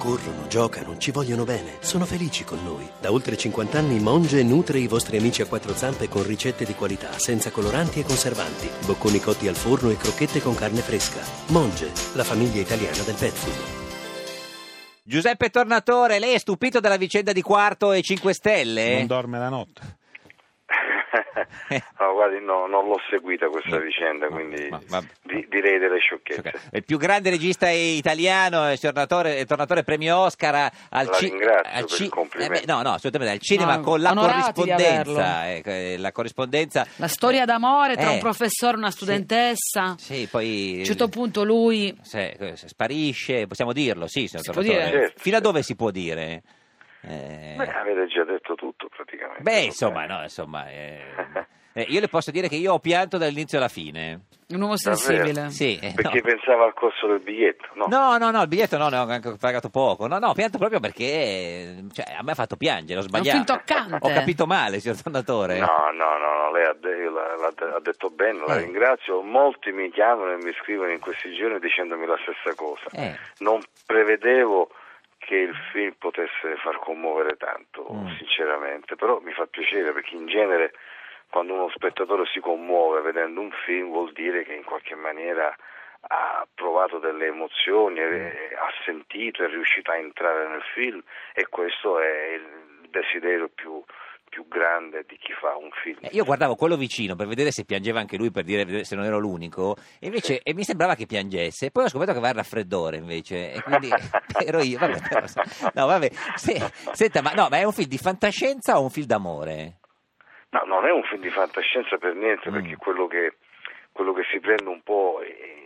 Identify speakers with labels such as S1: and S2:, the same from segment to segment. S1: corrono, giocano, ci vogliono bene, sono felici con noi. Da oltre 50 anni Monge nutre i vostri amici a quattro zampe con ricette di qualità, senza coloranti e conservanti, bocconi cotti al forno e crocchette con carne fresca. Monge, la famiglia italiana del pet food.
S2: Giuseppe Tornatore, lei è stupito della vicenda di Quarto e 5 Stelle?
S3: Non dorme la notte.
S4: No, guardi, no, non l'ho seguita questa vicenda, quindi
S2: Eh. ma- ma-
S4: di- direi delle sciocchezze.
S2: Ok. Il più grande regista italiano, il signor Tornatore, il Tornatore premio Oscar a- al,
S4: La ringrazio per il complimento.
S2: Eh beh, no, no, assolutamente, al cinema
S5: No,
S2: con la
S5: onorati di
S2: corrispondenza, ecco, eh, la corrispondenza.
S5: La storia d'amore tra
S2: Eh.
S5: un professore e una
S2: Sì.
S5: studentessa.
S2: Sì, poi
S5: A un certo punto lui
S2: se- eh, se sparisce, possiamo dirlo, sì, signor
S5: Si può
S2: Tornatore.
S4: dire? Certo,
S2: Fino a
S4: certo.
S2: dove si può dire? Eh,
S4: Beh, avete già detto tutto praticamente.
S2: beh, insomma, no, insomma, eh, eh, io le posso dire che io ho pianto dall'inizio alla fine.
S5: è un uomo sensibile.
S4: Davvero?
S2: Sì, eh,
S4: Perché
S2: no.
S4: pensavo al costo del biglietto, no?
S2: No, no, no, il biglietto no, ne ho anche pagato poco. No, no, ho pianto proprio perché cioè, a me ha fatto piangere, ho
S5: È un
S2: sbagliato.
S5: film toccante.
S2: Ho capito male, signor Fondatore.
S4: No, no, no, no, lei ha, de- la- la- ha detto bene, la
S2: Eh.
S4: ringrazio. Molti mi chiamano e mi scrivono in questi giorni dicendomi la stessa cosa.
S2: Eh.
S4: Non prevedevo che il film potesse far commuovere tanto,
S2: Mm.
S4: sinceramente, però mi fa piacere perché in genere quando uno spettatore si commuove vedendo un film vuol dire che in qualche maniera ha provato delle emozioni,
S2: Mm.
S4: eh, ha sentito, è riuscito a entrare nel film e questo è il desiderio più, più grande di chi fa un film.
S2: Eh, Io guardavo quello vicino per vedere se piangeva anche lui, per dire se non ero l'unico, e invece e mi sembrava che piangesse. Poi ho scoperto che aveva il raffreddore invece, e quindi ero io. Vabbè, te lo so. no, vabbè. Se- senta, ma, no, ma è un film di fantascienza o un film d'amore?
S4: No, non è un film di fantascienza per niente,
S2: Mm.
S4: perché quello che, quello che si prende un po' eh,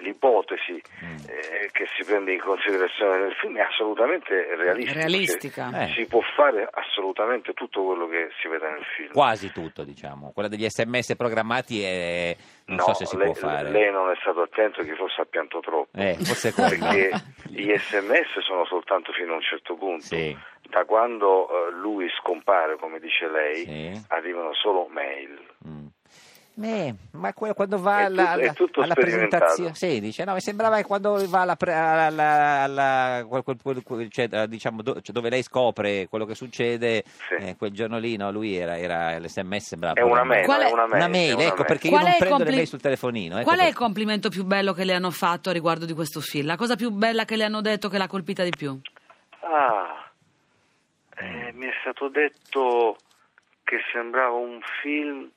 S4: l'ipotesi
S2: Mm.
S4: eh, che si prende in considerazione nel film è assolutamente realistica.
S5: Realistica.
S4: cioè,
S2: Eh.
S4: Si può fare assolutamente tutto quello che si vede nel film.
S2: Quasi tutto, diciamo. Quella degli sms programmati è... non
S4: No,
S2: so se si
S4: lei,
S2: può fare.
S4: Lei non è stato attento che forse ha pianto troppo.
S2: Eh, forse è quello.
S4: perché gli sms sono soltanto fino a un certo punto.
S2: Sì.
S4: Da quando eh, lui scompare, come dice lei,
S2: Sì.
S4: arrivano solo mail.
S2: Mm. Eh, ma que- quando va
S4: È
S2: alla,
S4: tutto- è
S2: alla-
S4: tutto
S2: alla
S4: sperimentato.
S2: presentazione, sì, dice, no, mi sembrava che quando va alla, pre- alla- alla- quel- quel- quel- quel- cioè, eh, diciamo, do- cioè, dove lei scopre quello che succede,
S4: Sì.
S2: eh, quel giorno lì, no, lui era, era l'SMS, sembrava
S4: È una
S2: proprio
S4: mail,
S5: Qual
S4: è
S5: è-
S4: una mail.
S2: una mail,
S4: è una
S2: ecco, perché io
S5: Qual
S2: non
S5: è il
S2: prendo le
S5: compli-
S2: mail sul telefonino. ecco
S5: Qual è il
S2: perché-
S5: complimento più bello che le hanno fatto a riguardo di questo film? La cosa più bella che le hanno detto che l'ha colpita di più?
S4: Ah, eh,
S2: Mm.
S4: mi è stato detto che sembrava un film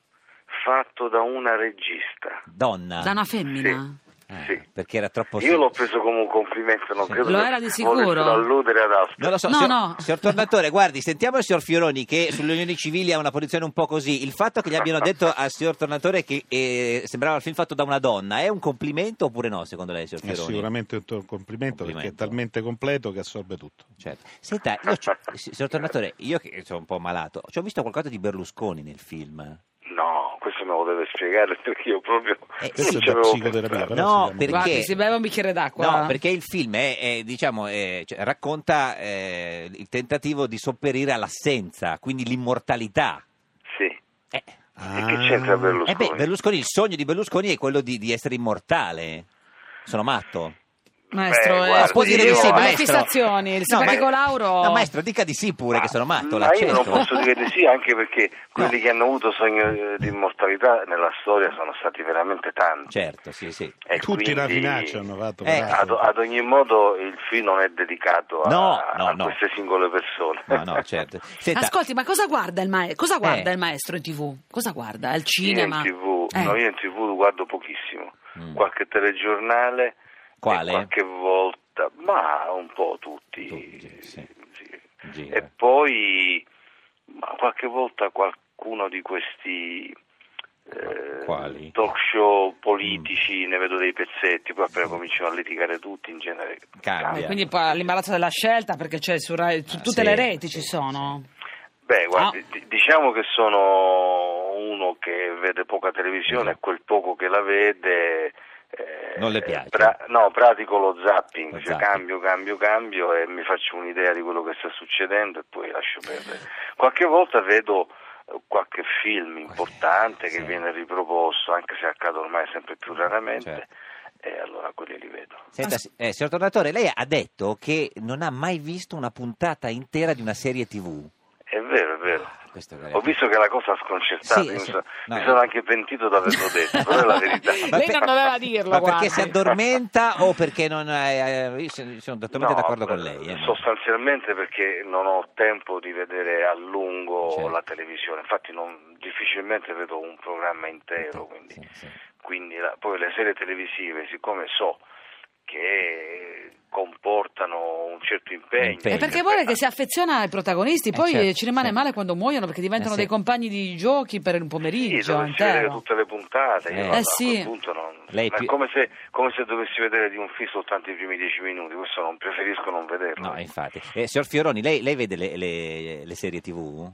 S4: fatto da una regista.
S2: Donna,
S5: Da una femmina?
S2: Ah,
S4: Sì.
S2: perché era troppo...
S4: Io l'ho preso come un complimento, non credo
S5: Lo
S4: che
S5: era di
S4: volessero
S5: sicuro?
S4: alludere ad altro.
S2: Non lo so,
S5: No,
S2: signor,
S5: no.
S2: signor Tornatore, guardi, sentiamo il signor Fioroni che sulle unioni civili ha una posizione un po' così. Il fatto che gli abbiano detto al signor Tornatore che eh, sembrava il film fatto da una donna è un complimento oppure no, secondo lei, signor
S3: È
S2: Fioroni?
S3: Eh, sicuramente un tuo complimento, perché è
S2: Complimento.
S3: talmente completo che assorbe tutto.
S2: Certo. Senta, io ci- si- signor Tornatore, io che sono un po' malato, ci ho visto qualcosa di Berlusconi nel film.
S4: No, questo me lo deve spiegare perché io proprio
S2: Eh,
S4: non
S2: sì.
S4: ci
S3: Questo
S4: avevo
S3: è da psicoterapia,
S4: pensato.
S3: Però
S2: no,
S3: si chiama-
S2: perché...
S5: Guardi, si beve un bicchiere d'acqua.
S2: No, perché il film è, è, diciamo, è- cioè, racconta eh, il tentativo di sopperire all'assenza, quindi l'immortalità.
S4: Sì.
S2: Eh,
S4: E che c'entra Berlusconi?
S2: Eh beh, Berlusconi, il sogno di Berlusconi è quello di, di essere immortale. Sono matto.
S5: Maestro,
S4: Beh,
S5: eh,
S4: guarda,
S2: Può dire
S4: io-
S2: di sì,
S4: Ma le
S2: maestro.
S5: fissazioni, il simpatico
S2: ma-
S5: Lauro-
S2: No, maestro, dica di sì pure che sono matto,
S4: ma io
S2: l'accetto.
S4: non posso dire di sì anche perché quelli che hanno avuto sogno eh,
S2: Mm.
S4: di immortalità nella storia sono stati veramente tanti
S2: Certo, sì, sì.
S4: E
S3: Ah, Tutti la
S4: quindi-
S3: finaccia hanno fatto.
S2: Eh,
S4: Ad,
S3: peraltro.
S4: ad ogni modo il film non è dedicato a,
S2: No, no,
S4: a
S2: no.
S4: queste singole persone.
S2: No, no, certo. Senta,
S5: Ascolti, ma cosa guarda il, mae- cosa guarda
S2: Eh.
S5: il maestro in tv? Cosa guarda?
S4: Io
S5: Al
S4: in,
S5: cinema?
S4: TV,
S5: Eh.
S4: no, io in TV guardo pochissimo,
S2: Mm.
S4: qualche telegiornale, e
S2: Quale?
S4: qualche volta, ma un po' tutti.
S2: Tutti, sì. eh.
S4: Sì.
S2: Gira.
S4: E poi ma qualche volta qualcuno di questi eh,
S2: Quali? Mm.
S4: talk show politici ne vedo dei pezzetti, poi appena cominciano a litigare tutti in genere.
S2: Cambia.
S5: Eh, quindi poi l'imbarazzo della scelta perché c'è su, Rai- su
S2: Ah,
S5: tutte
S2: sì,
S5: le reti ci
S2: sì,
S5: sono.
S4: Beh,
S2: Ah.
S4: guardi, di- diciamo che sono uno che vede poca televisione e quel poco che la vede... eh,
S2: Mm. Non le piace.
S4: pra- no, pratico lo zapping,
S2: Lo
S4: cioè
S2: zapping.
S4: cambio, cambio, cambio e mi faccio un'idea di quello che sta succedendo e poi lascio perdere. Qualche volta vedo eh, qualche film importante che
S2: sì.
S4: viene riproposto, anche se accade ormai sempre più raramente.
S2: Certo.
S4: e allora quelli li vedo.
S2: Senta, si- eh, signor Tornatore, lei ha detto che non ha mai visto una puntata intera di una serie TV.
S4: È vero, è vero.
S2: Questo
S4: Ho visto che la cosa ha sconcertato,
S2: Ah, eh. Sì,
S4: mi,
S2: sì.
S4: so-
S2: No,
S4: mi
S2: no.
S4: sono anche pentito di averlo detto, però è la verità.
S2: Ma
S6: Lei
S2: per-
S6: non doveva dirlo,
S2: Ma perché
S6: guardi.
S2: si addormenta o perché non... eh, eh, io sono sono totalmente
S4: No,
S2: d'accordo con lei. eh, no.
S4: Sostanzialmente perché non ho tempo di vedere a lungo
S2: Certo.
S4: la televisione, infatti non- difficilmente vedo un programma intero, quindi,
S2: Sì, sì.
S4: quindi la- poi le serie televisive, siccome so che comportano un certo impegno,
S2: Impegno.
S5: E perché vuole che si affeziona ai protagonisti,
S2: Eh,
S5: poi
S2: certo,
S5: eh, ci rimane
S2: certo.
S5: male quando muoiono perché diventano
S2: Eh, sì.
S5: dei compagni di giochi per un
S4: Sì,
S5: pomeriggio
S4: dovessi vedere
S5: intero.
S4: tutte le puntate,
S2: Eh.
S4: io
S2: Eh,
S4: a
S5: sì.
S4: quel punto non-
S2: Lei
S4: è
S2: più-
S4: come se, come se dovessi vedere di un film soltanto i primi dieci minuti, questo non preferisco non vederlo.
S2: No, infatti. Eh, signor Fioroni, lei, lei vede le, le- le serie TV?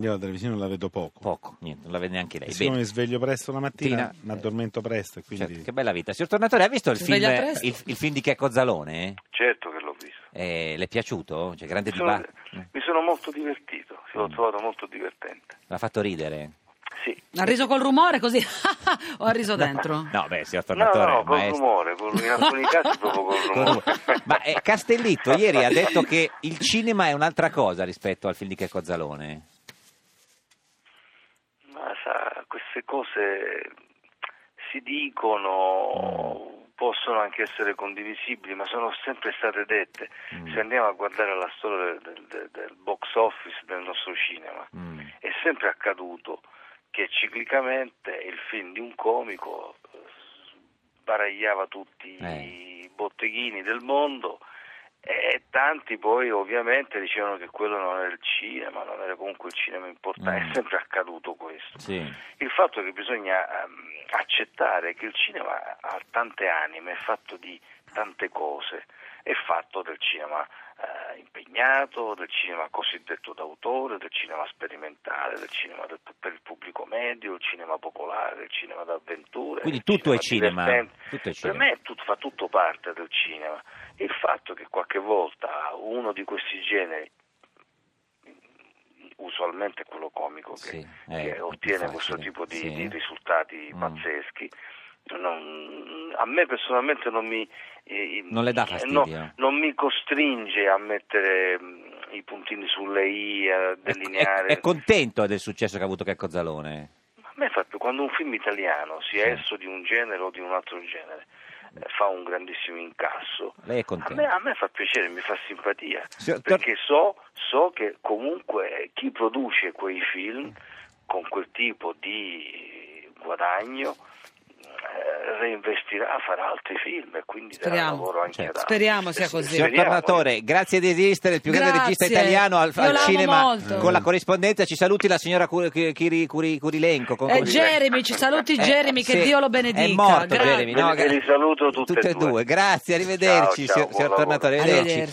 S3: Io la televisione la vedo poco.
S2: Poco, niente, non la vede neanche lei.
S3: E siccome
S2: Bene.
S3: mi sveglio presto la mattina,
S2: Mattina,
S3: mi addormento presto e quindi...
S2: Certo, che bella vita. Signor Tornatore, ha visto il
S5: Si
S2: film,
S5: sveglia presto.
S2: il, il film di Checco Zalone?
S4: Certo che l'ho visto.
S2: Eh, le è piaciuto? Cioè, grande
S4: Mi sono,
S2: dibattito.
S4: mi sono molto divertito, sì, l'ho
S2: Mm.
S4: trovato molto divertente.
S2: L'ha fatto ridere?
S4: Sì.
S5: Ha riso col rumore così o ha riso dentro?
S2: No, beh, signor
S4: Ah. No, no,
S2: Tornatore,
S4: no, col
S2: maestro.
S4: rumore, col- in alcuni casi proprio col
S2: Col
S4: rumore.
S2: rumore. Ma eh, Castellitto ieri ha detto che il cinema è un'altra cosa rispetto al film di Checco Zalone.
S4: Ma sa, queste cose si dicono,
S2: Mm.
S4: possono anche essere condivisibili, ma sono sempre state dette.
S2: Mm.
S4: Se andiamo a guardare la storia del, del- del box office del nostro cinema,
S2: Mm.
S4: è sempre accaduto che ciclicamente il film di un comico eh, sbaragliava tutti
S2: Eh.
S4: i botteghini del mondo e tanti poi ovviamente dicevano che quello non era il cinema, non era comunque il cinema importante,
S2: Mm.
S4: è sempre accaduto questo.
S2: Sì.
S4: Il fatto è che bisogna ehm, accettare che il cinema ha tante anime, è fatto di tante cose, è fatto del cinema eh, impegnato, del cinema cosiddetto d'autore, del cinema sperimentale, del cinema del- per il pubblico medio, il cinema popolare, del cinema d'avventura.
S2: Quindi
S4: il
S2: tutto è cinema,
S4: divertente.
S2: tutto è
S4: Per
S2: cinema.
S4: me è tut- fa tutto parte del cinema. Il fatto che qualche volta uno di questi generi usualmente è quello comico che,
S2: Sì, eh,
S4: che
S2: è più
S4: ottiene
S2: facile,
S4: questo tipo di,
S2: sì.
S4: di risultati
S2: Mm.
S4: pazzeschi. Non- a me personalmente non mi eh,
S2: Non le dà
S4: eh,
S2: fastidio?
S4: no, non mi costringe a mettere mm, i puntini sulle i, a
S2: È,
S4: delineare.
S2: è- è contento del successo che ha avuto Checco Zalone?
S4: A me fa più quando un film italiano, sia esso di un genere o di un altro genere, eh, fa un grandissimo incasso.
S2: Lei è
S4: A
S2: contento?
S4: me, a me fa piacere, mi fa simpatia,
S2: Signor Tor-
S4: perché so, so che comunque chi produce quei film con quel tipo di guadagno eh, reinvestirà, farà altri film e quindi darà
S5: Speriamo.
S4: lavoro anche
S2: Certo.
S4: ad altri.
S5: Speriamo sia così.
S2: Signor
S4: Speriamo.
S2: Tornatore, grazie di esistere, il più grande
S5: Grazie.
S2: regista italiano al,
S5: Io
S2: al
S5: l'amo
S2: cinema
S5: molto.
S2: con la corrispondenza. Ci saluti la signora Cur- Chi- Chiri- Curi- Curilenco. con-
S5: Eh,
S2: con-
S5: Jeremy, ci saluti
S2: Eh,
S5: Jeremy, che
S2: sì,
S5: Dio lo benedica.
S2: È morto
S5: Grazie.
S2: Jeremy, no,
S4: Ve li- ve li saluto tutte e
S2: e due.
S4: due.
S2: Grazie, arrivederci,
S4: Ciao,
S2: signor, signor
S4: ciao, buon lavoro.
S2: Tornatore, arrivederci.
S5: Arrivederci.